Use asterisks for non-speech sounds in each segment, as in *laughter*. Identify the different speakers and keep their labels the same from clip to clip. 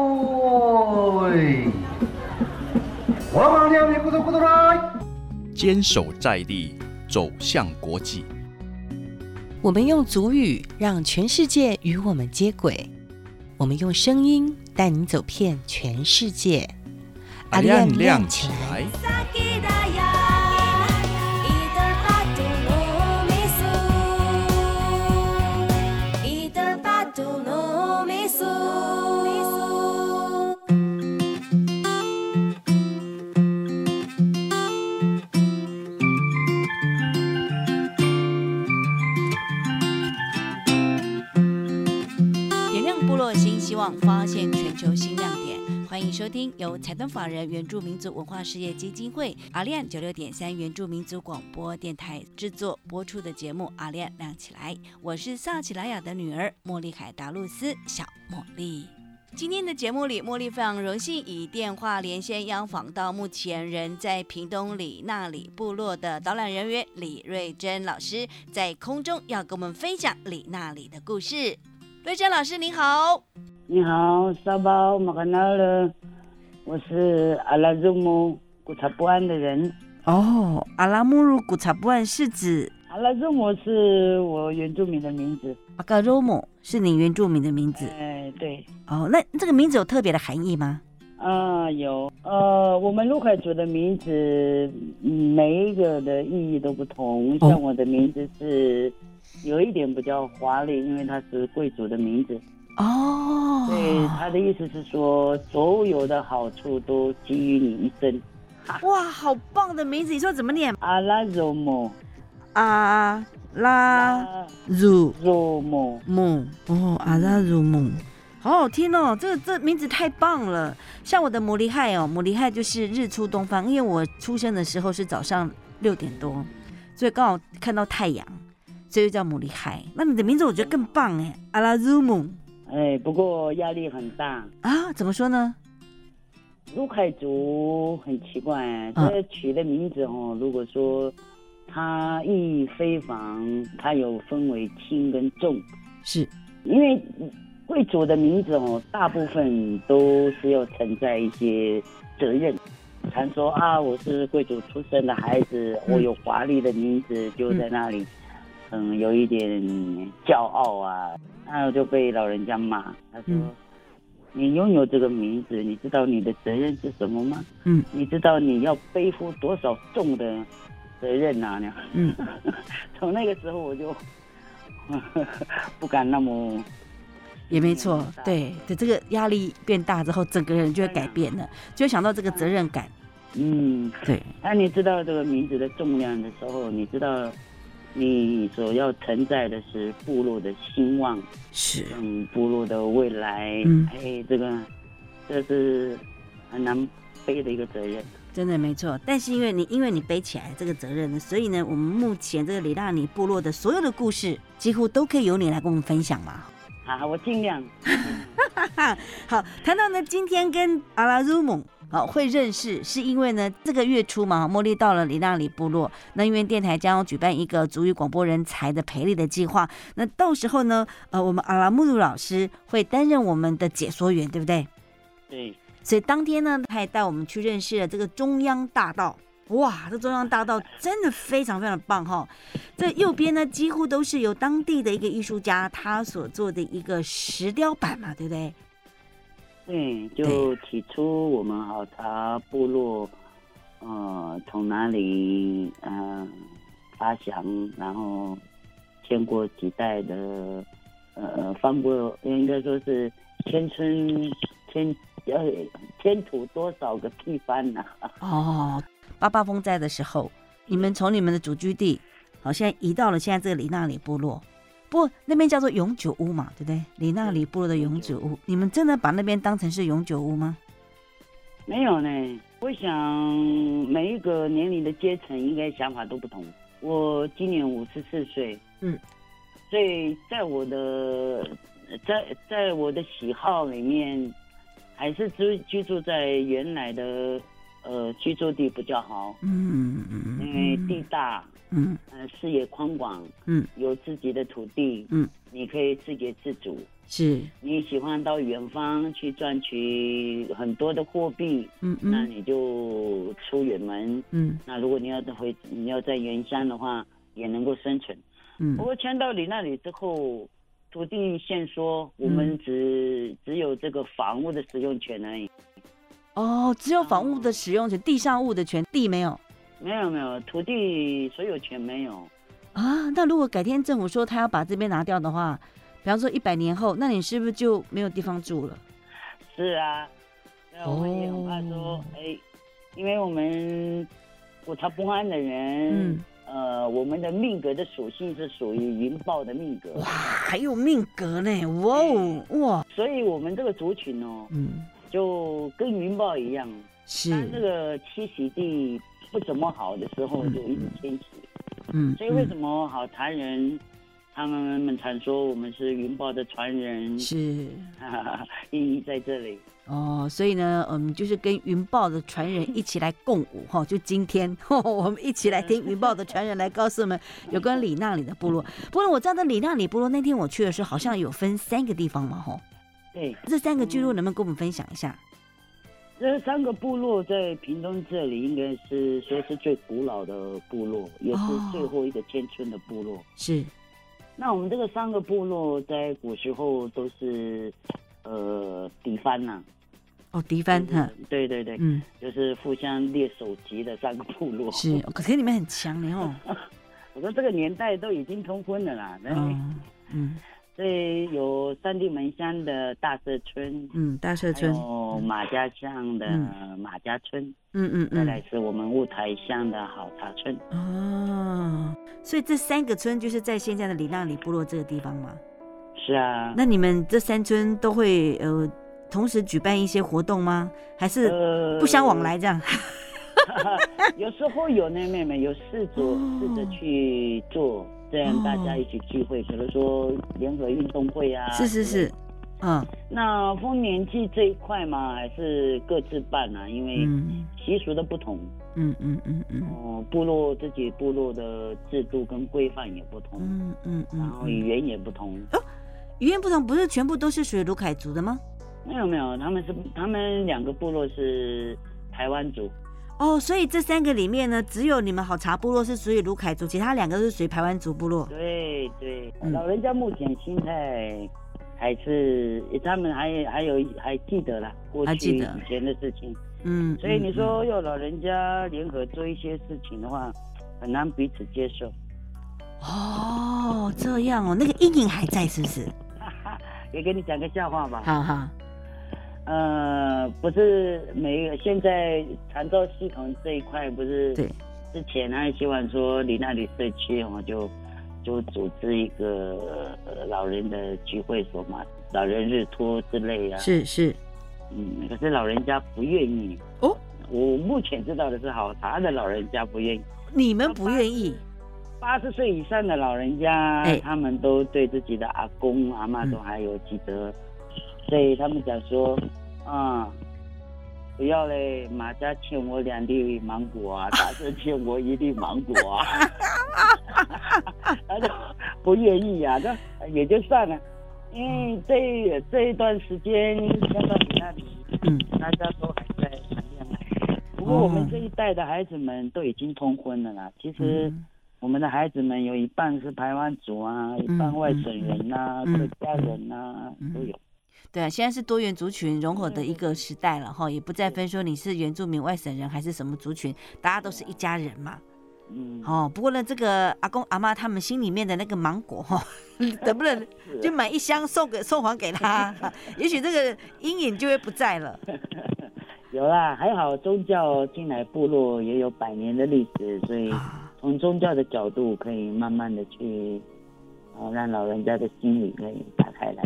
Speaker 1: おーい我马娘你咕嘟咕嘟来。
Speaker 2: 坚守在地，走向国际。
Speaker 3: 我们用足语让全世界与我们接轨，我们用声音带你走遍全世界。
Speaker 2: 阿亮亮起来！
Speaker 4: 先だよ「イタパトのミス」
Speaker 5: 点亮部落新希望，发现全球新亮点。欢迎收听由财团法人原住民族文化事业基金会阿亮九六点三原住民族广播电台制作播出的节目《阿亮亮起来》，我是萨奇莱雅的女儿茉莉海达露丝小茉莉。今天的节目里，茉莉非常荣幸以电话连线邀访到目前人在屏东里那里部落的导览人员李瑞珍老师，在空中要跟我们分享里那里的故事。瑞珍老师您好，
Speaker 6: 你好，沙包马干纳勒，我是阿拉热木古察布安的人。
Speaker 7: 哦，阿拉木鲁古察布安是指
Speaker 6: 阿拉热木是我原住民的名字。
Speaker 7: 阿嘎罗姆，是你原住民的名字。
Speaker 6: 哎，对，
Speaker 7: 哦，那这个名字有特别的含义吗？
Speaker 6: 啊、有，呃，我们陆海族的名字嗯每一个的意义都不同，
Speaker 7: 哦
Speaker 6: 像我的名字是。有一点比较华丽，因为它是贵族的名字，
Speaker 7: 哦
Speaker 6: 所，以它的意思是说，所有的好处都给予你一生。
Speaker 7: 哇，好棒的名字！你说怎么念？
Speaker 6: 阿拉热木，
Speaker 7: 阿拉
Speaker 6: 阿
Speaker 7: 鲁
Speaker 6: 热木，
Speaker 7: 姆，哦，阿拉鲁姆，好好听哦，这个这名字太棒了。像我的摩利亥哦，摩利亥就是日出东方，因为我出生的时候是早上六点多，所以刚好看到太阳，所以就叫摩利亥。那你的名字我觉得更棒哎，阿拉鲁姆
Speaker 6: 哎，不过压力很大。
Speaker 7: 啊，怎么说呢？
Speaker 6: 陆凯族很奇怪，
Speaker 7: 嗯
Speaker 6: 这取的名字哦，如果说它意义非凡，它有分为轻跟重，
Speaker 7: 是
Speaker 6: 因为贵族的名字哦，大部分都是要承载一些责任。常说啊，我是贵族出身的孩子，
Speaker 7: 嗯
Speaker 6: 我有华丽的名字，就在那里，嗯，有一点骄傲啊，那我就被老人家骂。他说：“
Speaker 7: 嗯
Speaker 6: 你拥有这个名字，你知道你的责任是什么吗？
Speaker 7: 嗯，
Speaker 6: 你知道你要背负多少重的责任呐、啊？”
Speaker 7: 嗯，
Speaker 6: *laughs* 从那个时候我就不敢那么
Speaker 7: 也没错，对对，这个压力变大之后，整个人就会改变了，就会想到这个责任感。
Speaker 6: 嗯，
Speaker 7: 对，
Speaker 6: 当你知道这个名字的重量的时候，你知道你所要承载的是部落的兴旺，
Speaker 7: 是
Speaker 6: 嗯，部落的未来，
Speaker 7: 嗯
Speaker 6: 哎，这个这是很难背的一个责任。
Speaker 7: 真的没错，但是因为你因为你背起来这个责任呢，所以呢，我们目前这个里纳尼部落的所有的故事，几乎都可以由你来跟我们分享嘛。
Speaker 6: 啊，我尽量。
Speaker 7: 好，谈到呢，今天跟阿拉鲁姆啊会认识，是因为呢这个月初嘛，茉莉到了里纳里部落，那因为电台将要举办一个足语广播人才的培力的计划，那到时候呢，呃，我们阿拉木鲁老师会担任我们的解说员，对不对？
Speaker 6: 对，
Speaker 7: 所以当天呢，他也带我们去认识了这个中央大道。哇，这中央大道真的非常非常棒哈、这右边呢，几乎都是由当地的一个艺术家他所做的一个石雕版嘛，对不对？
Speaker 6: 对，嗯就起初我们好查部落，呃，从哪里嗯、呃、发祥，然后经过几代的呃，翻过应该说是千村千呃千土多少个地方呐、
Speaker 7: 哦，八八风灾的时候，你们从你们的祖居地，好像移到了现在这个里纳里部落。不过那边叫做永久屋嘛，对不对？里纳里部落的永久屋，你们真的把那边当成是永久屋吗？
Speaker 6: 没有呢，我想每一个年龄的阶层应该想法都不同。我今年五十四岁，
Speaker 7: 嗯，
Speaker 6: 所以在我的在在我的喜好里面，还是居居住在原来的呃居住地比较好，
Speaker 7: 嗯嗯
Speaker 6: 因为地大，
Speaker 7: 嗯
Speaker 6: 呃，视野宽广，
Speaker 7: 嗯，
Speaker 6: 有自己的土地，
Speaker 7: 嗯，
Speaker 6: 你可以自给自足，
Speaker 7: 是，
Speaker 6: 你喜欢到远方去赚取很多的货币，
Speaker 7: 嗯
Speaker 6: 那
Speaker 7: 嗯
Speaker 6: 你就出远门。
Speaker 7: 嗯
Speaker 6: 那如果你要回，你要在原乡的话，也能够生存。不
Speaker 7: 嗯
Speaker 6: 过迁到你那里之后，土地限缩，我
Speaker 7: 嗯
Speaker 6: 们只、只有这个房屋的使用权而已。
Speaker 7: 哦，只有房屋的使用权，地上物的权利没有
Speaker 6: 没有没有，土地所有权没有。
Speaker 7: 啊。那如果改天政府说他要把这边拿掉的话，比方说一百年后，那你是不是就没有地方住了？
Speaker 6: 是啊，那我们也很怕
Speaker 7: 哦
Speaker 6: 说，哎、因为我们我他不安的人，
Speaker 7: 嗯，
Speaker 6: 呃，我们的命格的属性是属于云豹的命格
Speaker 7: 哇，，还有命格呢，哇哦哇，
Speaker 6: 所以我们这个族群哦，
Speaker 7: 嗯，
Speaker 6: 就跟云豹一样，当这
Speaker 7: 是，
Speaker 6: 个栖息地不怎么好的时候，
Speaker 7: 嗯
Speaker 6: 就一直迁徙。
Speaker 7: 嗯，
Speaker 6: 所以为
Speaker 7: 嗯
Speaker 6: 什么好残人，他们们常说我们是云豹的传人，
Speaker 7: 嗯是
Speaker 6: *laughs* 哈哈哈，意义在这里。
Speaker 7: 哦，所以呢，嗯，就是跟云豹的传人一起来共舞哈、就今天、 *laughs* 我们一起来听云豹的传人来告诉我 *laughs* 们有关里纳里的部落。不过我知道的里纳里部落那天我去的时候，好像有分三个地方嘛吼、
Speaker 6: 对，
Speaker 7: 这三个聚落能不能跟我们分享一下？
Speaker 6: 这三个部落在屏东这里应该是说是最古老的部落，也是
Speaker 7: 哦
Speaker 6: 最后一个迁村的部落。
Speaker 7: 是，
Speaker 6: 那我们这个三个部落在古时候都是，呃，敌番呐、
Speaker 7: 哦，迪番
Speaker 6: 就是
Speaker 7: 哈，
Speaker 6: 对对对，
Speaker 7: 嗯，
Speaker 6: 就是互相猎首级的三个部落。
Speaker 7: 是，哦可是你们很强的
Speaker 6: *laughs*
Speaker 7: 哦，
Speaker 6: 哎我说这个年代都已经通婚了啦，然后
Speaker 7: 哦，嗯
Speaker 6: 所以有三地门乡的大社村，
Speaker 7: 嗯，大社
Speaker 6: 还
Speaker 7: 村，
Speaker 6: 有马家巷的
Speaker 7: 嗯
Speaker 6: 马家村，
Speaker 7: 嗯嗯
Speaker 6: 再来
Speaker 7: 嗯，
Speaker 6: 是我们雾台乡的好茶村。
Speaker 7: 哦，所以这三个村就是在现在的里纳里部落这个地方吗？
Speaker 6: 是啊，
Speaker 7: 那你们这三村都会呃同时举办一些活动吗？还是
Speaker 6: 呃
Speaker 7: 不相往来。这样？
Speaker 6: *laughs*
Speaker 7: *laughs*
Speaker 6: 有时候有呢，妹妹有试着
Speaker 7: 哦
Speaker 6: 试着去做，这
Speaker 7: 哦
Speaker 6: 样大家一起聚会，比如说联合运动会啊。
Speaker 7: 是是是，嗯
Speaker 6: 那丰年祭这一块嘛，还是各自办啊，因为
Speaker 7: 嗯
Speaker 6: 习俗的不同，
Speaker 7: 嗯嗯嗯嗯
Speaker 6: 哦、部落自己部落的制度跟规范也不同，
Speaker 7: 嗯嗯嗯
Speaker 6: 然后
Speaker 7: 嗯，
Speaker 6: 语言也不同。
Speaker 7: 语言不同，不是全部都是属于卢凯族的吗？
Speaker 6: 没有没有，他们是他们两个部落是台湾族，
Speaker 7: 哦，所以这三个里面呢，只有你们好茶部落是属于卢凯族，其他两个都是属于排湾族部落。
Speaker 6: 对对，
Speaker 7: 嗯
Speaker 6: 老人家目前心态还是他们还还有还记得了过
Speaker 7: 还
Speaker 6: 去
Speaker 7: 记得
Speaker 6: 以前的事情，
Speaker 7: 嗯，
Speaker 6: 所以
Speaker 7: 嗯
Speaker 6: 你说要老人家联合做一些事情的话，很难彼此接受。
Speaker 7: 嗯哦，这样哦，那个阴影还在是不是？
Speaker 6: 也给你讲个笑话吧，
Speaker 7: 好好，
Speaker 6: 呃，不是每一个现在长照系统这一块不是
Speaker 7: 对，
Speaker 6: 之前呢，希望说你那里社区我就就组织一个呃老人的聚会所嘛，老人日托之类啊。
Speaker 7: 是是，
Speaker 6: 嗯，可是老人家不愿意。
Speaker 7: 哦，
Speaker 6: 我目前知道的是，好茶的老人家不愿意，
Speaker 7: 你们不愿意
Speaker 6: 八十岁以上的老人家，
Speaker 7: 哎
Speaker 6: 他们都对自己的阿公阿妈都
Speaker 7: 嗯
Speaker 6: 还有记得，所以他们讲说，啊、不要嘞，马家欠我两粒芒果
Speaker 7: *laughs*
Speaker 6: 啊，大哥欠我一粒芒果啊， *laughs* 他就不愿意啊，那也就算了，因为这这一段时间迁到你那里，
Speaker 7: 嗯，哦
Speaker 6: 大家都还在谈恋爱。不过我们这一代的孩子们都已经通婚了啦，其实。
Speaker 7: 嗯
Speaker 6: 我们的孩子们有一半是台湾族啊，一半外省人呐、
Speaker 7: 嗯
Speaker 6: 客家人呐、
Speaker 7: 嗯
Speaker 6: 都有。
Speaker 7: 对啊，现在是多元族群融合的一个时代了哈，也不再分说你是原住民、外省人还是什么族群，大家都
Speaker 6: 啊
Speaker 7: 是一家人嘛。
Speaker 6: 嗯，
Speaker 7: 哦，不过呢，这个阿公阿妈他们心里面的那个芒果哈，能不能
Speaker 6: *laughs* 是啊
Speaker 7: 就买一箱送给送还给他？ *laughs* 也许这个阴影就会不在
Speaker 6: *laughs*
Speaker 7: 了。
Speaker 6: 有啦，还好宗教进来部落也有百年的历史，所以
Speaker 7: 啊
Speaker 6: 从宗教的角度可以慢慢的去，呃，让老人家的心理可以打开来。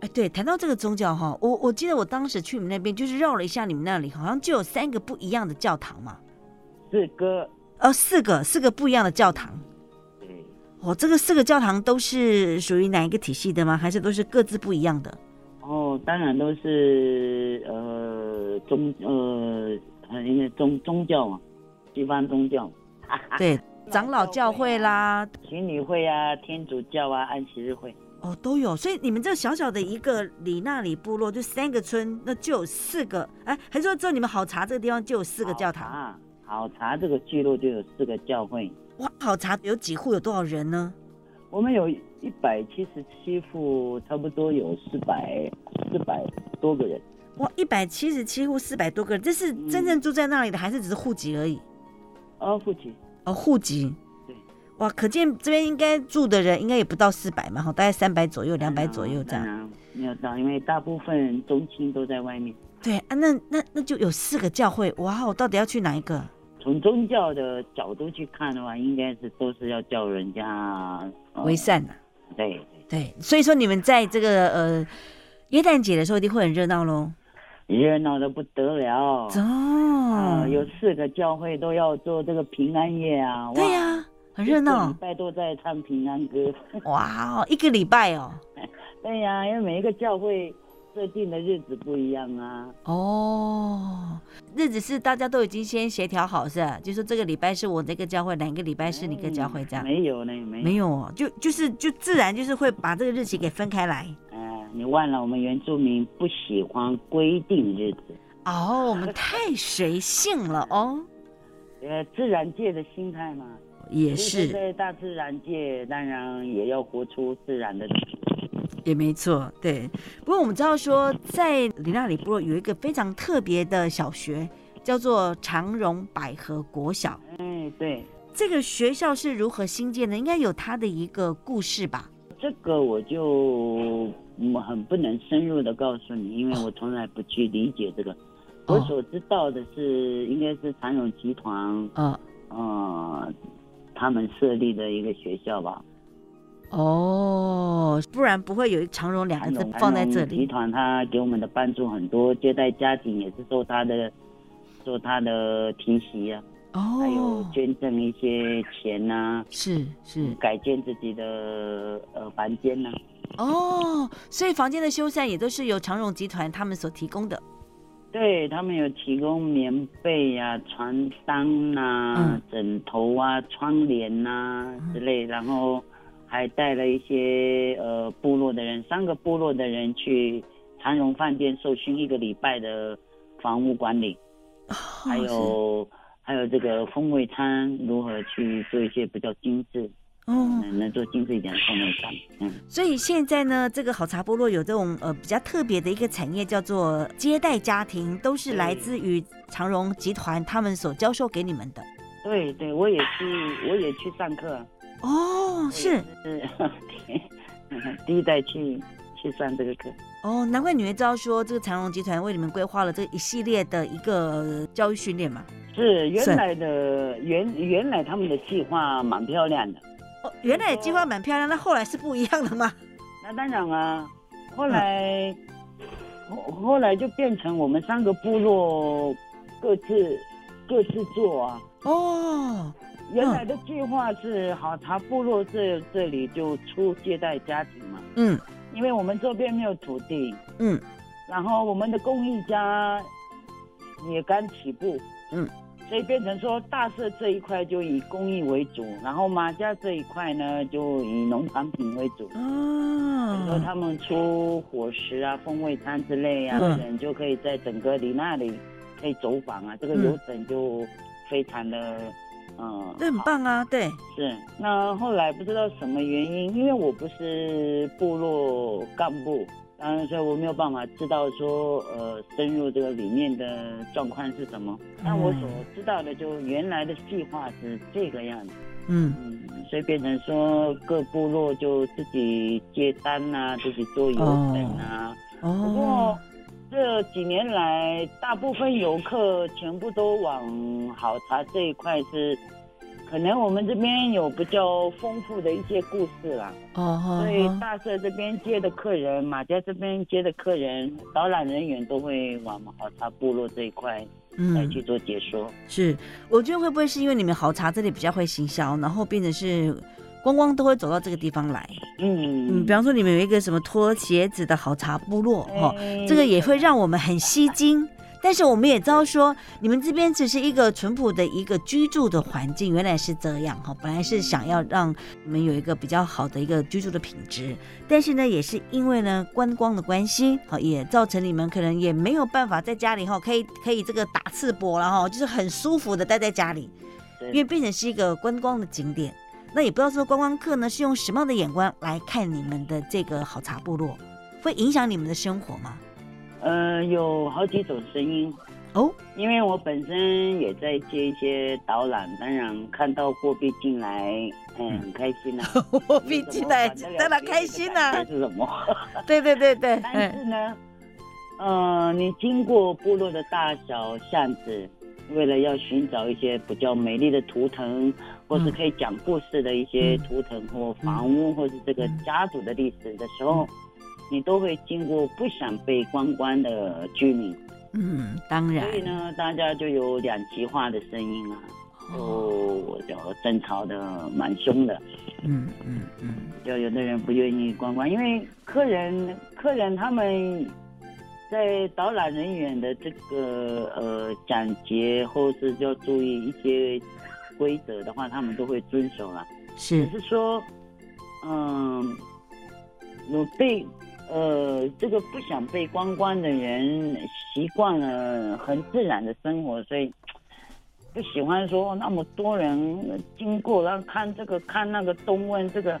Speaker 7: 哎，对，谈到这个宗教哈，我我记得我当时去你们那边就是绕了一下你们那里，好像就有三个不一样的教堂嘛，
Speaker 6: 四哥，
Speaker 7: 哦，四个四个不一样的教堂。
Speaker 6: 对，
Speaker 7: 哦，这个四个教堂都是属于哪一个体系的吗？还是都是各自不一样的？
Speaker 6: 哦，当然都是呃宗呃，呃因为宗宗教嘛，西方宗教。
Speaker 7: 对，长老教会啦，
Speaker 6: 情侣会啊，天主教啊，安息日会，
Speaker 7: 哦，都有。所以你们这小小的一个里纳里部落，就三个村，那就有四个。哎，还是说只有你们好茶这个地方就有四个教堂？
Speaker 6: 啊。好茶这个聚落就有四个教会，
Speaker 7: 哇，好茶有几户？有多少人呢？
Speaker 6: 我们有一百七十七户，差不多有四百四百多个人。
Speaker 7: 哇，一百七十七户，四百多个人，这是真正住在那里的，还是只是户籍而已？
Speaker 6: 哦，父亲，
Speaker 7: 哦，户籍。
Speaker 6: 对。
Speaker 7: 哇，可见这边应该住的人应该也不到四百嘛，哈，大概三百左右，两百左右这
Speaker 6: 当
Speaker 7: 样。
Speaker 6: 然啊没有到，因为大部分宗亲都在外面。
Speaker 7: 对啊，那那那就有四个教会，哇，我到底要去哪一个？
Speaker 6: 从宗教的角度去看的话，应该是都是要叫人家、呃
Speaker 7: 为。善呐、
Speaker 6: 对，
Speaker 7: 对，所以说你们在这个呃耶诞节的时候一定会很热闹喽。
Speaker 6: 热闹的不得了。
Speaker 7: 哦
Speaker 6: 啊，有四个教会都要做这个平安夜啊！哇
Speaker 7: 对呀、很热
Speaker 6: 一个
Speaker 7: 闹
Speaker 6: 礼。拜都在唱平安歌。
Speaker 7: 哇哦，一个礼拜哦。
Speaker 6: 对呀、因为每一个教会设定的日子不一样啊。
Speaker 7: 哦，日子是大家都已经先协调好是吧？就说这个礼拜是我这个教会，哪个礼拜是你个教会这样。
Speaker 6: 嗯没有呢，没有。
Speaker 7: 没有哦，就就是就自然就是会把这个日期给分开来。
Speaker 6: 哎，你忘了我们原住民不喜欢规定日子，
Speaker 7: 哦，我们太随性了哦，
Speaker 6: 呃，自然界的心态嘛。
Speaker 7: *laughs* 也
Speaker 6: 其实
Speaker 7: 是
Speaker 6: 在大自然界，当然也要活出自然的。
Speaker 7: 也没错，对。不过我们知道说，在里纳里部落有一个非常特别的小学，叫做长荣百合国小。
Speaker 6: 哎，对，
Speaker 7: 这个学校是如何兴建的？应该有它的一个故事吧？
Speaker 6: 这个我就嗯很不能深入的告诉你，因为我从来不去理解这个。我
Speaker 7: 哦
Speaker 6: 所知道的是，应该是长荣集团，
Speaker 7: 呃，
Speaker 6: 呃，他们设立的一个学校吧。
Speaker 7: 哦，不然不会有“长荣”两个
Speaker 6: 长
Speaker 7: 字
Speaker 6: 荣
Speaker 7: 放在这
Speaker 6: 长荣集
Speaker 7: 里。
Speaker 6: 团他给我们的帮助很多，接待家庭也是受他的受他的提携啊，还有
Speaker 7: 哦，嗯
Speaker 6: 捐赠一些钱呐、
Speaker 7: 是是
Speaker 6: 改建自己的呃房间呐、
Speaker 7: 哦，所以房间的修缮也都是由长荣集团他们所提供的。
Speaker 6: 对他们有提供棉被呀、床单呐、
Speaker 7: 嗯
Speaker 6: 枕头啊、窗帘呐、之类，然后还带了一些呃部落的人，三个部落的人去长荣饭店受训一个礼拜的房屋管理，
Speaker 7: 哦
Speaker 6: 还有还有这个风味餐如何去做一些比较精致，
Speaker 7: 哦，
Speaker 6: 能能做精致一点的风味餐，嗯。
Speaker 7: 所以现在呢，这个好茶部落有这种呃比较特别的一个产业，叫做接待家庭，都是来自于长荣集团他们所教授给你们的。
Speaker 6: 对对，我也去，我也去上课。
Speaker 7: 哦，是
Speaker 6: 是嗯 *laughs* 第一代去去上这个课。
Speaker 7: 哦，难怪你会知道说这个长荣集团为你们规划了这一系列的一个呃教育训练嘛。
Speaker 6: 是
Speaker 7: 是
Speaker 6: 原来的原原来他们的计划蛮漂亮的，
Speaker 7: 哦，原来计划蛮漂亮，那后来是不一样的吗？
Speaker 6: 那当然啊，后来、后后来就变成我们三个部落各自各自做啊。
Speaker 7: 哦，
Speaker 6: 原来的计划是好茶部落这这里就出接待家庭嘛，
Speaker 7: 嗯
Speaker 6: 因为我们这边没有土地，
Speaker 7: 嗯，
Speaker 6: 然后我们的公益家也刚起步，
Speaker 7: 嗯，
Speaker 6: 所以变成说大社这一块就以公益为主，然后马家这一块呢就以农产品为主，比如说
Speaker 7: 哦，
Speaker 6: 他们出伙食啊、风味餐之类啊，
Speaker 7: 嗯
Speaker 6: 可能就可以在整个里那里可以走访啊，这个
Speaker 7: 嗯
Speaker 6: 流程就非常的。嗯，
Speaker 7: 这很棒啊，对，
Speaker 6: 是，那后来不知道什么原因，因为我不是部落干部，当然所以我没有办法知道说呃深入这个里面的状况是什么。但我所知道的就原来的计划是这个样子，
Speaker 7: 嗯，
Speaker 6: 嗯，所以变成说各部落就自己接单啊，自己做游程啊。不过
Speaker 7: 哦，
Speaker 6: 这几年来，大部分游客全部都往好茶这一块是，可能我们这边有比较丰富的一些故事啦。
Speaker 7: 哦哦
Speaker 6: 所以大社这边接的客人，马家这边接的客人，导览人员都会往好茶部落这一块来
Speaker 7: 嗯。
Speaker 6: 去做解说。
Speaker 7: 是，我觉得会不会是因为你们好茶这里比较会行销，然后变成是光光都会走到这个地方来？嗯，
Speaker 6: 嗯，
Speaker 7: 比方说你们有一个什么脱鞋子的好茶部落哈、哦，
Speaker 6: 哎
Speaker 7: 这个也会让我们很吸睛。但是我们也知道说，你们这边只是一个淳朴的一个居住的环境，原来是这样哈。本来是想要让你们有一个比较好的一个居住的品质，但是呢，也是因为呢观光的关系，好也造成你们可能也没有办法在家里哈，可以可以这个打赤膊了哈，就是很舒服的待在家里，因为
Speaker 6: 对
Speaker 7: 变成是一个观光的景点。那也不知道说观光客呢是用什么样的眼光来看你们的这个好茶部落，会影响你们的生活吗？
Speaker 6: 呃，有好几种声音，
Speaker 7: 哦，
Speaker 6: 因为我本身也在接一些导览，当然看到货币进来，嗯，很开心呐、啊。
Speaker 7: *laughs* 我 *laughs* 毕竟来当然开心啊啦、
Speaker 6: 是什么？
Speaker 7: 对对对对，
Speaker 6: 但
Speaker 7: 嗯
Speaker 6: 是呢，呃，你经过部落的大小巷子，为了要寻找一些比较美丽的图腾，或
Speaker 7: 嗯
Speaker 6: 是可以讲故事的一些图腾或房屋，或是这
Speaker 7: 嗯
Speaker 6: 个家族的历史的时候，你都会经过不想被观光的居民，
Speaker 7: 嗯，当然
Speaker 6: 所，以呢，大家就有两极化的声音啊，就就争吵的蛮凶的。
Speaker 7: 嗯嗯嗯，
Speaker 6: 就有的人不愿意观光，因为客人客人他们在导览人员的这个呃讲解或是要注意一些规则的话，他们都会遵守啊了。
Speaker 7: 是
Speaker 6: 只是说，嗯，有被呃这个不想被观光的人习惯了很自然的生活，所以不喜欢说那么多人经过，然后看这个看那个东问这个。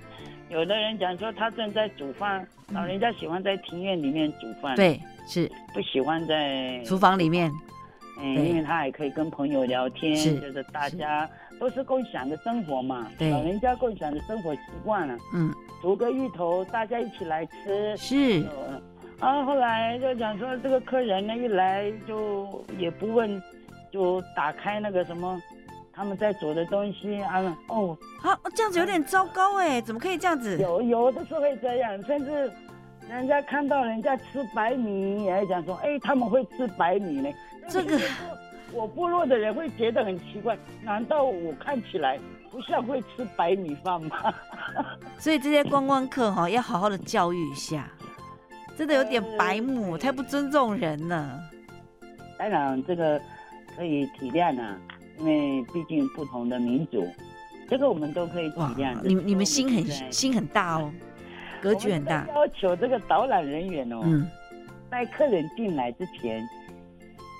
Speaker 6: 有的人讲说他正在煮饭，老人家喜欢在庭院里面煮饭，，
Speaker 7: 对，是
Speaker 6: 不喜欢在
Speaker 7: 厨房里面，
Speaker 6: 嗯，
Speaker 7: 对
Speaker 6: 因为他还可以跟朋友聊天，
Speaker 7: 是
Speaker 6: 就是大家都是共享的生活嘛，
Speaker 7: 对
Speaker 6: 老人家共享的生活习惯了，
Speaker 7: 嗯，
Speaker 6: 煮个芋头，大家一起来吃。
Speaker 7: 是
Speaker 6: 呃啊，后来就讲说这个客人呢一来就也不问，就打开那个什么他们在煮的东西啊，哦，
Speaker 7: 好，这样子有点糟糕哎，怎么可以这样 *laughs* 子？
Speaker 6: 有有的是会这样，甚至人家看到人家吃白米，也讲说，哎，他们会吃白米呢。
Speaker 7: 这个
Speaker 6: 我部落的人会觉得很奇怪，难道我看起来不像会吃白米饭吗？ *laughs*
Speaker 7: 所以这些观光客哈、要好好的教育一下，真的有点白目，
Speaker 6: 嗯
Speaker 7: 太不尊重人了。
Speaker 6: 当然，这个可以体谅啊，因为毕竟不同的民族，这个我们都可以体
Speaker 7: 哇
Speaker 6: 谅。，
Speaker 7: 你你们
Speaker 6: 这
Speaker 7: 心
Speaker 6: 个我们在
Speaker 7: 很心很大哦，格局很大
Speaker 6: 我们在。要求这个导览人员哦，
Speaker 7: 嗯，
Speaker 6: 带客人进来之前，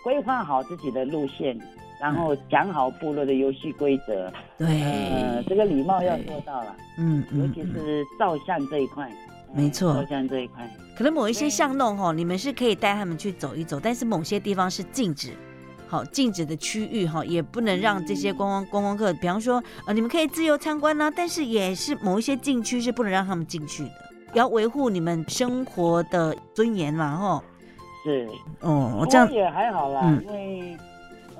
Speaker 6: 规划好自己的路线，然后讲好部落的游戏规则，呃，
Speaker 7: 对，
Speaker 6: 这个礼貌要做到了，
Speaker 7: 嗯
Speaker 6: 尤
Speaker 7: 嗯
Speaker 6: 其
Speaker 7: 嗯，
Speaker 6: 是照相这一块。呃
Speaker 7: 没错
Speaker 6: 照相这一块，
Speaker 7: 可能某一些巷弄哈、你们是可以带他们去走一走，但是某些地方是禁止。好，禁止的区域哈，也不能让这些观光观光客，比方说，呃，你们可以自由参观啦、但是也是某一些禁区是不能让他们进去的，也要维护你们生活的尊严嘛，吼。
Speaker 6: 是
Speaker 7: 哦，我
Speaker 6: 不
Speaker 7: 这样
Speaker 6: 过，也还好啦，
Speaker 7: 嗯
Speaker 6: 因为，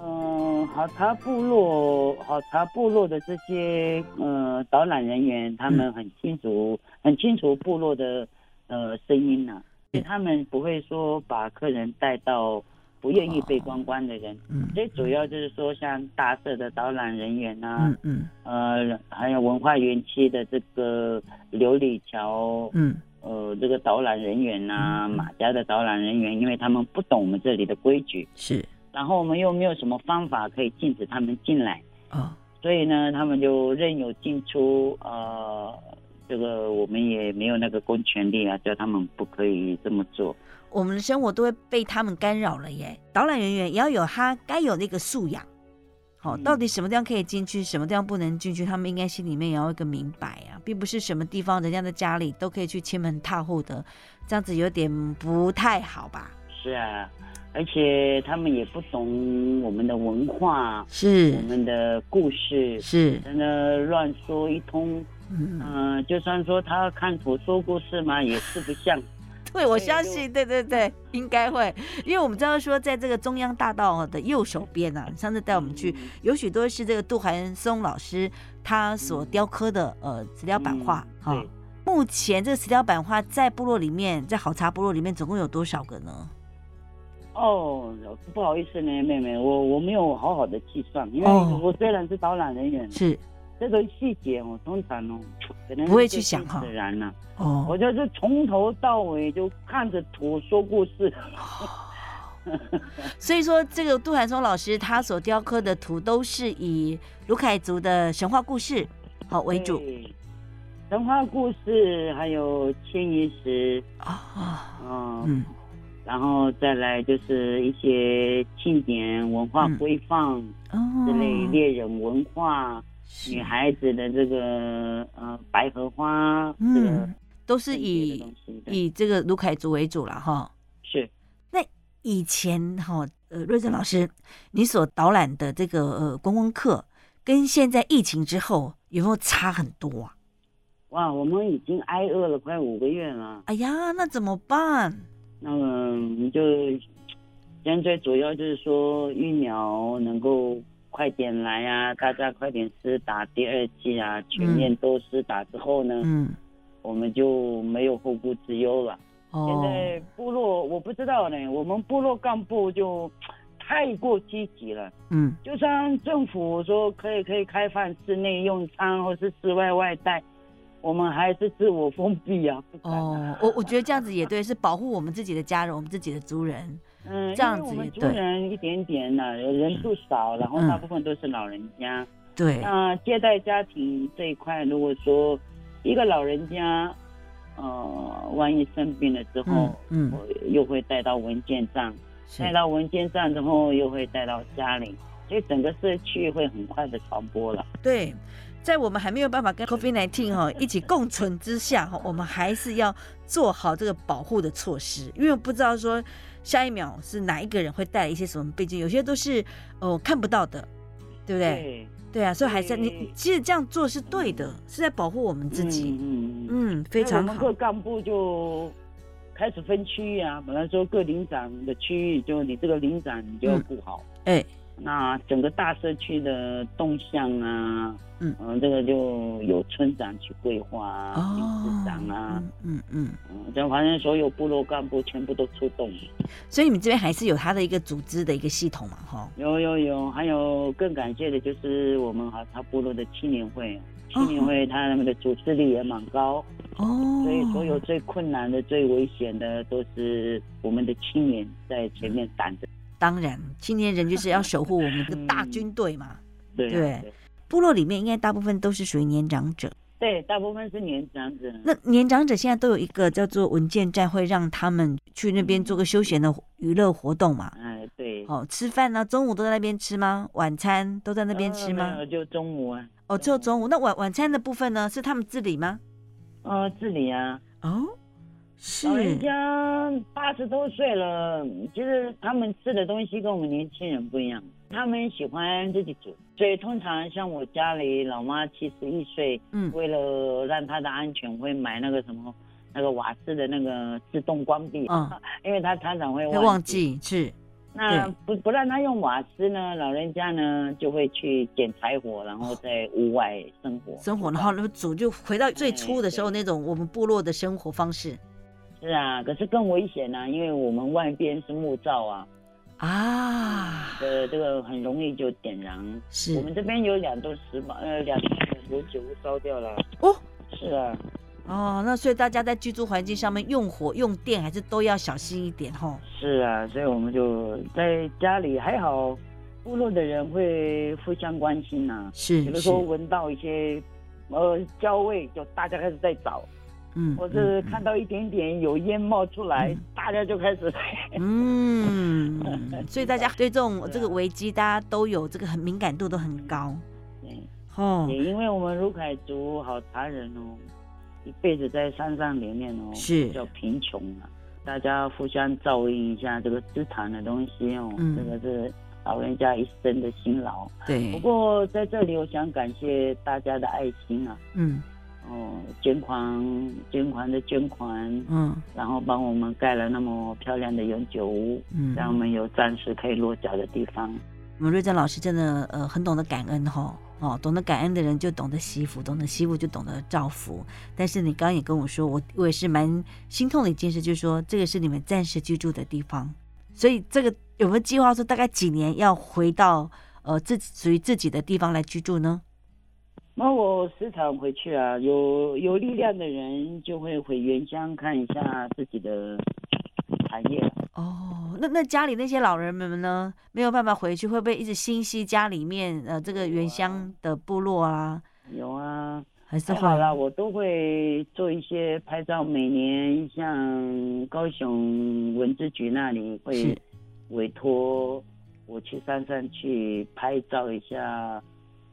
Speaker 6: 嗯、好茶部落，好茶部落的这些呃导览人员，他们很清楚，很清楚部落的呃声音
Speaker 7: 嗯
Speaker 6: 呐、所以他们不会说把客人带到不愿意被观光的人，
Speaker 7: 嗯
Speaker 6: 最主要就是说像大社的导览人员啊呐、
Speaker 7: 嗯嗯
Speaker 6: 呃，还有文化园区的这个琉璃桥，
Speaker 7: 嗯，
Speaker 6: 呃，这个导览人员呐、马家的导览人员，因为他们不懂我们这里的规矩，
Speaker 7: 是
Speaker 6: 然后我们又没有什么方法可以禁止他们进来，
Speaker 7: 哦，
Speaker 6: 所以呢，他们就任由进出。呃，这个我们也没有那个公权力啊，叫他们不可以这么做。
Speaker 7: 我们的生活都会被他们干扰了耶。导览人员也要有他该有的一个素养，好、
Speaker 6: 嗯
Speaker 7: 到底什么地方可以进去，什么地方不能进去，他们应该心里面也要有一个明白啊，并不是什么地方人家的家里都可以去亲门踏户的，这样子有点不太好吧？
Speaker 6: 是啊，而且他们也不懂我们的文化，
Speaker 7: 是
Speaker 6: 我们的故事，
Speaker 7: 嗯是，
Speaker 6: 真的乱说一通。
Speaker 7: 嗯，
Speaker 6: 嗯、就算说他看图说故事嘛，也是不
Speaker 7: *laughs*
Speaker 6: 像。
Speaker 7: 对，我
Speaker 6: 对
Speaker 7: 相
Speaker 6: 就嗯
Speaker 7: 信，对对对，应该会，因为我们知道说，在这个中央大道的右手边啊，上次带我们去，
Speaker 6: 嗯
Speaker 7: 有许多是这个杜寒松老师他所雕刻的呃石雕版画哈、
Speaker 6: 嗯
Speaker 7: 目前这个石雕版画在部落里面，在好茶部落里面总共有多少个呢？
Speaker 6: 哦，不好意思呢，妹妹，我我没有好好的计算，因为
Speaker 7: 哦
Speaker 6: 我虽然是导览人员，
Speaker 7: 是
Speaker 6: 这个细节我通常哦，可能
Speaker 7: 不会去想哈
Speaker 6: 自然了、
Speaker 7: 哦
Speaker 6: 我就是从头到尾就看着图说故事，
Speaker 7: 所以说，这个杜寒松老师他所雕刻的图都是以卢凯族的神话故事好为主
Speaker 6: 对哎神话故事，还有迁移石，
Speaker 7: 哦，
Speaker 6: 嗯、
Speaker 7: 嗯，
Speaker 6: 然后再来就是一些庆典文化
Speaker 7: 嗯
Speaker 6: 规范
Speaker 7: 哦，
Speaker 6: 之类，猎人文化，
Speaker 7: 是
Speaker 6: 女孩子的这个呃白荷花，这个
Speaker 7: 嗯，都是
Speaker 6: 这些的
Speaker 7: 以
Speaker 6: 东西的
Speaker 7: 以这个卢凯族为主了哈。
Speaker 6: 是
Speaker 7: 以前哈，呃，瑞正老师，你所导览的这个呃观光课，跟现在疫情之后有没有差很多啊？
Speaker 6: 哇，我们已经挨饿了快五个月了，
Speaker 7: 哎呀，那怎么办？
Speaker 6: 那么你就现在主要就是说疫苗能够快点来啊，大家快点施打第二剂啊，全面都施打之后呢，
Speaker 7: 嗯，
Speaker 6: 我们就没有后顾之忧了。现
Speaker 7: 哦，
Speaker 6: 在部落我不知道呢，我们部落干部就太过积极了。
Speaker 7: 嗯，
Speaker 6: 就算政府说可以可以开放室内用餐或是室外外带，我们还是自我封闭啊，不敢啊。
Speaker 7: 哦，我我觉得这样子也对，是保护我们自己的家人，我们自己的族人。
Speaker 6: 嗯，
Speaker 7: 这样
Speaker 6: 因为
Speaker 7: 子
Speaker 6: 我
Speaker 7: 也
Speaker 6: 们族
Speaker 7: 对
Speaker 6: 人一点点呢、人数少，然后
Speaker 7: 嗯
Speaker 6: 大部分都是老人家。
Speaker 7: 对，
Speaker 6: 那接待家庭这一块，如果说一个老人家，呃，万一生病了之后
Speaker 7: 嗯，嗯，
Speaker 6: 我又会带到文件站，
Speaker 7: 是
Speaker 6: 带到文件站之后又会带到家里，所以整个社区会很快的传播了。
Speaker 7: 对，在我们还没有办法跟 COVID-19 哈、一起共存之下哈、我们还是要做好这个保护的措施，因为不知道说下一秒是哪一个人会带来一些什么病菌，有些都是哦看不到的，对不对？
Speaker 6: 对，
Speaker 7: 对啊，所以还是你
Speaker 6: 对
Speaker 7: 其实这样做是对的，是在保护我们自己。
Speaker 6: 嗯嗯嗯，
Speaker 7: 嗯，非
Speaker 6: 所以我
Speaker 7: 常
Speaker 6: 们
Speaker 7: 好
Speaker 6: 各。干部就开始分区域啊，本来说各领长的区域，就你这个领长你就要顾好。
Speaker 7: 哎，
Speaker 6: 那整个大社区的动向啊，
Speaker 7: 嗯
Speaker 6: 呃这个就有村长去规划啊，理事长啊，
Speaker 7: 嗯嗯哦嗯，
Speaker 6: 嗯，这反正所有部落干部全部都出动了。
Speaker 7: 所以你们这边还是有它的一个组织的一个系统嘛，哈。
Speaker 6: 有有有，还有更感谢的就是我们哈他部落的青年会，啊
Speaker 7: 哦
Speaker 6: 青年会他们的组织力也蛮高，
Speaker 7: 哦，
Speaker 6: 所以所有最困难的、最危险的都是我们的青年在前面挡着。
Speaker 7: 当然，青年人就是要守护我们这个大
Speaker 6: 嗯
Speaker 7: 军队嘛。
Speaker 6: 对啊
Speaker 7: 对部落里面应该大部分都是属于年长者。
Speaker 6: 对，大部分是年长者。
Speaker 7: 那年长者现在都有一个叫做文件站，会让他们去那边做个休闲的娱乐活动嘛。
Speaker 6: 哎，对，
Speaker 7: 哦，吃饭呢、中午都在那边吃吗？晚餐都在那边吃
Speaker 6: 呃没
Speaker 7: 吗？
Speaker 6: 有就中午啊，
Speaker 7: 哦，只有中午。那晚晚餐的部分呢，是他们自理吗？
Speaker 6: 呃，自理啊，
Speaker 7: 哦，是
Speaker 6: 老人家八十多岁了，其实他们吃的东西跟我们年轻人不一样，他们喜欢自己煮，所以通常像我家里老妈七十一岁，
Speaker 7: 嗯
Speaker 6: 为了让她的安全，会买那个什么那个瓦斯的那个自动关闭，
Speaker 7: 嗯，
Speaker 6: 因为她常常会
Speaker 7: 会忘。记是
Speaker 6: 那
Speaker 7: 对
Speaker 6: 不不让她用瓦斯呢，老人家呢就会去捡柴火，然后在屋外生活。
Speaker 7: 生活，然后那煮就回到最初的时候
Speaker 6: 哎
Speaker 7: 那种我们部落的生活方式
Speaker 6: 是啊，可是更危险啊，因为我们外边是木造啊。
Speaker 7: 啊，
Speaker 6: 呃，这个很容易就点燃。
Speaker 7: 是
Speaker 6: 我们这边有两栋石板，呃，两栋有酒屋烧掉了。
Speaker 7: 哦，
Speaker 6: 是啊，
Speaker 7: 哦，那所以大家在居住环境上面用火用电还是都要小心一点吼。
Speaker 6: 是啊，所以我们就在家里还好，部落的人会互相关心呐、
Speaker 7: 是
Speaker 6: 比如
Speaker 7: 是，
Speaker 6: 说闻到一些。呃，焦味就大家开始在找，
Speaker 7: 嗯，
Speaker 6: 或
Speaker 7: 嗯
Speaker 6: 是看到一点点有烟冒出来，
Speaker 7: 嗯
Speaker 6: 大家就开始
Speaker 7: *laughs* 嗯，所以大家对这种
Speaker 6: 是啊
Speaker 7: 这个危机，大家都有这个很敏感度都很高
Speaker 6: 对。
Speaker 7: 哦
Speaker 6: *laughs* 也，因为我们卢凯族好茶人哦，一辈子在山上里面哦，
Speaker 7: 是
Speaker 6: 比较贫穷啊，大家互相照应一下这个资产的东西哦，
Speaker 7: 嗯
Speaker 6: 这个是老人家一生的辛劳。不
Speaker 7: 对，
Speaker 6: 过在这里，我想感谢大家的爱心啊，
Speaker 7: 嗯
Speaker 6: 哦，捐款捐款的捐款，
Speaker 7: 嗯
Speaker 6: 然后帮我们盖了那么漂亮的永久屋，
Speaker 7: 嗯，
Speaker 6: 让我们有暂时可以落脚的地方。
Speaker 7: 我们瑞珍老师真的呃很懂得感恩哈。哦，懂得感恩的人就懂得惜福，懂得惜福就懂得造福。但是你刚刚也跟我说，我我也是蛮心痛的一件事，就是说这个是你们暂时居住的地方，所以这个有没有计划说大概几年要回到呃自己属于自己的地方来居住呢？
Speaker 6: 那我时常回去啊，有有力量的人就会回原乡看一下自己的产业。
Speaker 7: 哦，那那家里那些老人们呢，没有办法回去，会不会一直心系家里面呃这个原乡的部落啊？
Speaker 6: 有啊，
Speaker 7: 还是
Speaker 6: 太
Speaker 7: 会
Speaker 6: 好了，我都会做一些拍照。每年像高雄文资局那里会
Speaker 7: 是
Speaker 6: 委托我去山上去拍照一下，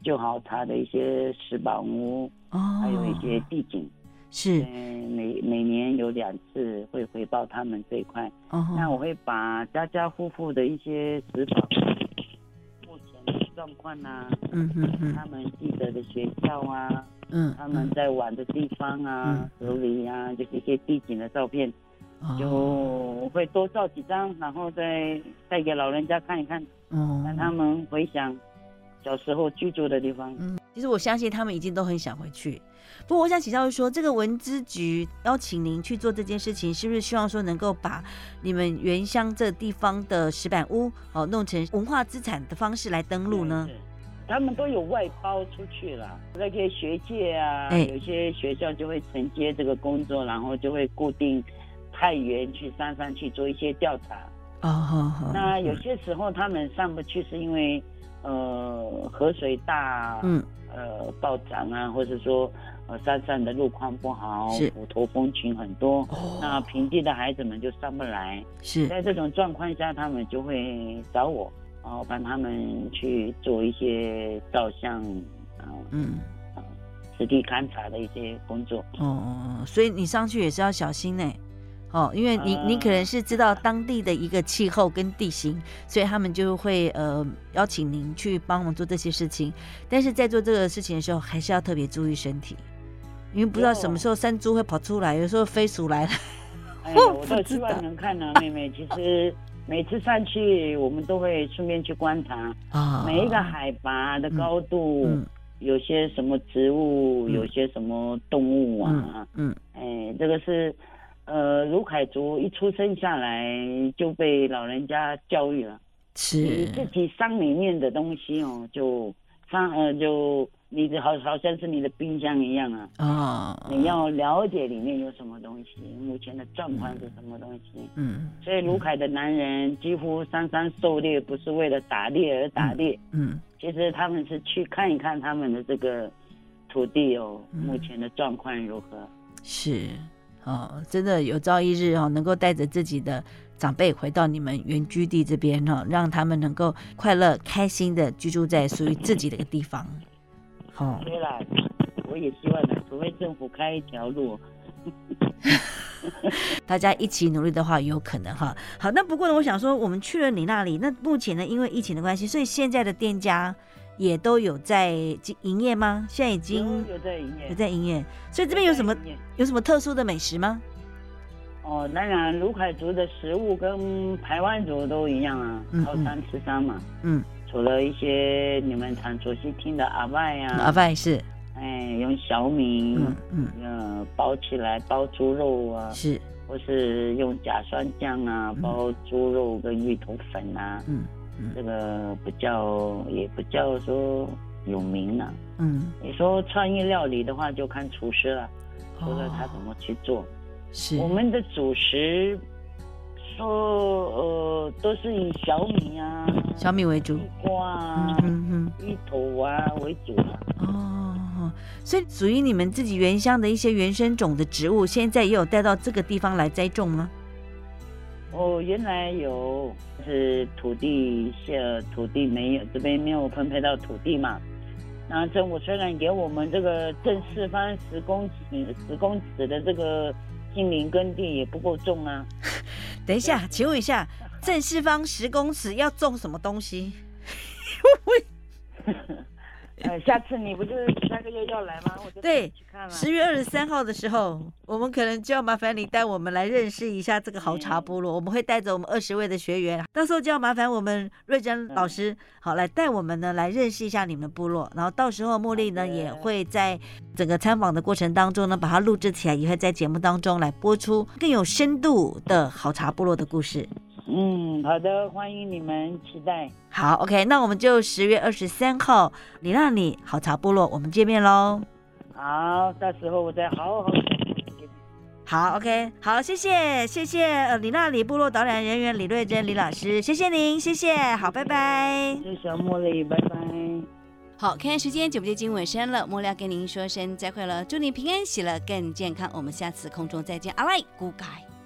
Speaker 6: 就好它的一些石板屋，
Speaker 7: 哦，
Speaker 6: 还有一些地景。
Speaker 7: 是
Speaker 6: 嗯，每每年有两次会回报他们这一块。那
Speaker 7: 哦，
Speaker 6: 我会把家家户户的一些石板目前的状况啊，
Speaker 7: 嗯哼哼，
Speaker 6: 他们记得的学校啊。
Speaker 7: 嗯，
Speaker 6: 他们在玩的地方啊、河里啊，就是一些地景的照片，
Speaker 7: 嗯
Speaker 6: 就我会多照几张，然后再带给老人家看一看，
Speaker 7: 哦
Speaker 6: 让他们回想小时候居住的地方。
Speaker 7: 其实我相信他们已经都很想回去。不过我想请教说，这个文资局邀请您去做这件事情，是不是希望说能够把你们原乡这地方的石板屋哦弄成文化资产的方式来登录呢？
Speaker 6: 是？他们都有外包出去了，那些学界啊，
Speaker 7: 哎
Speaker 6: 有些学校就会承接这个工作，然后就会固定派员去山上去做一些调查。
Speaker 7: 哦，好好
Speaker 6: 那有些时候他们上不去，是因为呃河水大，
Speaker 7: 嗯，
Speaker 6: 呃暴涨啊，或者说呃山上的路况不好
Speaker 7: 是，哦
Speaker 6: 虎头蜂群很多，那平地的孩子们就上不来。
Speaker 7: 是
Speaker 6: 在这种状况下，他们就会找我，然后帮他们去做一些照相，啊、
Speaker 7: 嗯
Speaker 6: 实地勘察的一些工作。
Speaker 7: 哦哦，哦所以你上去也是要小心呢。哦，因为你
Speaker 6: 呃
Speaker 7: 你可能是知道当地的一个气候跟地形，所以他们就会呃邀请您去帮忙做这些事情。但是在做这个事情的时候，还是要特别注意身体，因为不知道什么时候山猪会跑出来，有时候飞鼠来了。
Speaker 6: 哎，
Speaker 7: 哦
Speaker 6: 我
Speaker 7: 不
Speaker 6: 倒
Speaker 7: 知
Speaker 6: 希
Speaker 7: 道
Speaker 6: 望能看啊，妹妹。其实每次上去，我们都会顺便去观察。
Speaker 7: 啊
Speaker 6: 每一个海拔的高度，
Speaker 7: 嗯
Speaker 6: 有些什么植物，
Speaker 7: 嗯
Speaker 6: 有些什么动物啊，
Speaker 7: 嗯
Speaker 6: 哎，这个是，呃，卢凯族一出生下来就被老人家教育了，你
Speaker 7: 哦是
Speaker 6: 自己山里面的东西哦，就山呃就你的好好像是你的冰箱一样啊，
Speaker 7: 啊
Speaker 6: 你要了解里面有什么东西，目前的状况是什么东西，
Speaker 7: 嗯
Speaker 6: 所以卢凯的男人几乎上山狩猎不是为了打猎而打猎。
Speaker 7: 嗯
Speaker 6: 其实他们是去看一看他们的这个土地哦，
Speaker 7: 嗯
Speaker 6: 目前的状况如何。
Speaker 7: 是哦，真的有朝一日哦，能够带着自己的长辈回到你们原居地这边哦，让他们能够快乐开心的居住在属于自己的一个地方。好、哦，
Speaker 6: 虽然我也希望呢，除非政府开一条路，
Speaker 7: 大家一起努力的话，有可能哈。好，那不过呢，我想说，我们去了你那里，那目前呢，因为疫情的关系，所以现在的店家也都有在经营业吗？现在已经
Speaker 6: 有有在营业，
Speaker 7: 有在营业，所以这边有什么
Speaker 6: 有在营业
Speaker 7: 有什么特殊的美食吗？
Speaker 6: 哦，当然，卢凯族的食物跟台湾族都一样啊
Speaker 7: 嗯嗯，
Speaker 6: 靠山吃山嘛。
Speaker 7: 嗯，
Speaker 6: 除了一些你们常熟悉听的阿拜啊，
Speaker 7: 嗯阿，拜是，
Speaker 6: 哎，用小米，
Speaker 7: 嗯嗯
Speaker 6: 呃，包起来包猪肉啊，
Speaker 7: 是，
Speaker 6: 或是用甲酸酱啊
Speaker 7: 嗯，
Speaker 6: 包猪肉跟芋头粉啊，
Speaker 7: 嗯嗯
Speaker 6: 这个比较也不叫说有名了、
Speaker 7: 嗯，
Speaker 6: 你说创意料理的话，就看厨师了，除了他怎么去做。
Speaker 7: 哦是
Speaker 6: 我们的主食说呃都是以小米啊、
Speaker 7: 小米为主
Speaker 6: 地。瓜啊
Speaker 7: 嗯、嗯
Speaker 6: 芋头啊为主啊。
Speaker 7: 嗯，哦，所以属于你们自己原乡的一些原生种的植物，现在也有带到这个地方来栽种吗？
Speaker 6: 哦，原来有是土地是土地没有，这边没有分配到土地嘛。然后政府虽然给我们这个正四方十公顷十公尺的这个心灵耕地也不够种啊，
Speaker 7: 等一下，请问一下，正四方十公尺要种什么东西？
Speaker 6: 呃，下次你不是下个月要来吗？我就
Speaker 7: 对
Speaker 6: 去看了。
Speaker 7: 十月二十三号的时候，我们可能就要麻烦你带我们来认识一下这个好茶部落。我们会带着我们二十位的学员，到时候就要麻烦我们瑞珍
Speaker 6: 嗯
Speaker 7: 老师，好来带我们呢来认识一下你们的部落。然后到时候茉莉呢
Speaker 6: 好的
Speaker 7: 也会在整个参访的过程当中呢，把它录制起来，也会在节目当中来播出更有深度的好茶部落的故事。
Speaker 6: 嗯，好的，欢迎你们，期待。
Speaker 7: 好，OK，那我们就十月二十三号，你那里好茶部落，我们见面喽。
Speaker 6: 好，到时候我再好好地给你
Speaker 7: 好，OK，好，谢谢，谢谢呃，里纳里部落导览人员李瑞珍李老师，谢谢您，谢谢，好，拜拜。
Speaker 6: 谢谢茉莉，拜拜。
Speaker 5: 好，看看时间，节目接近尾声了，莫料跟您说声再会了，祝您平安喜乐，更健康。我们下次空中再见，阿赖，Goodbye。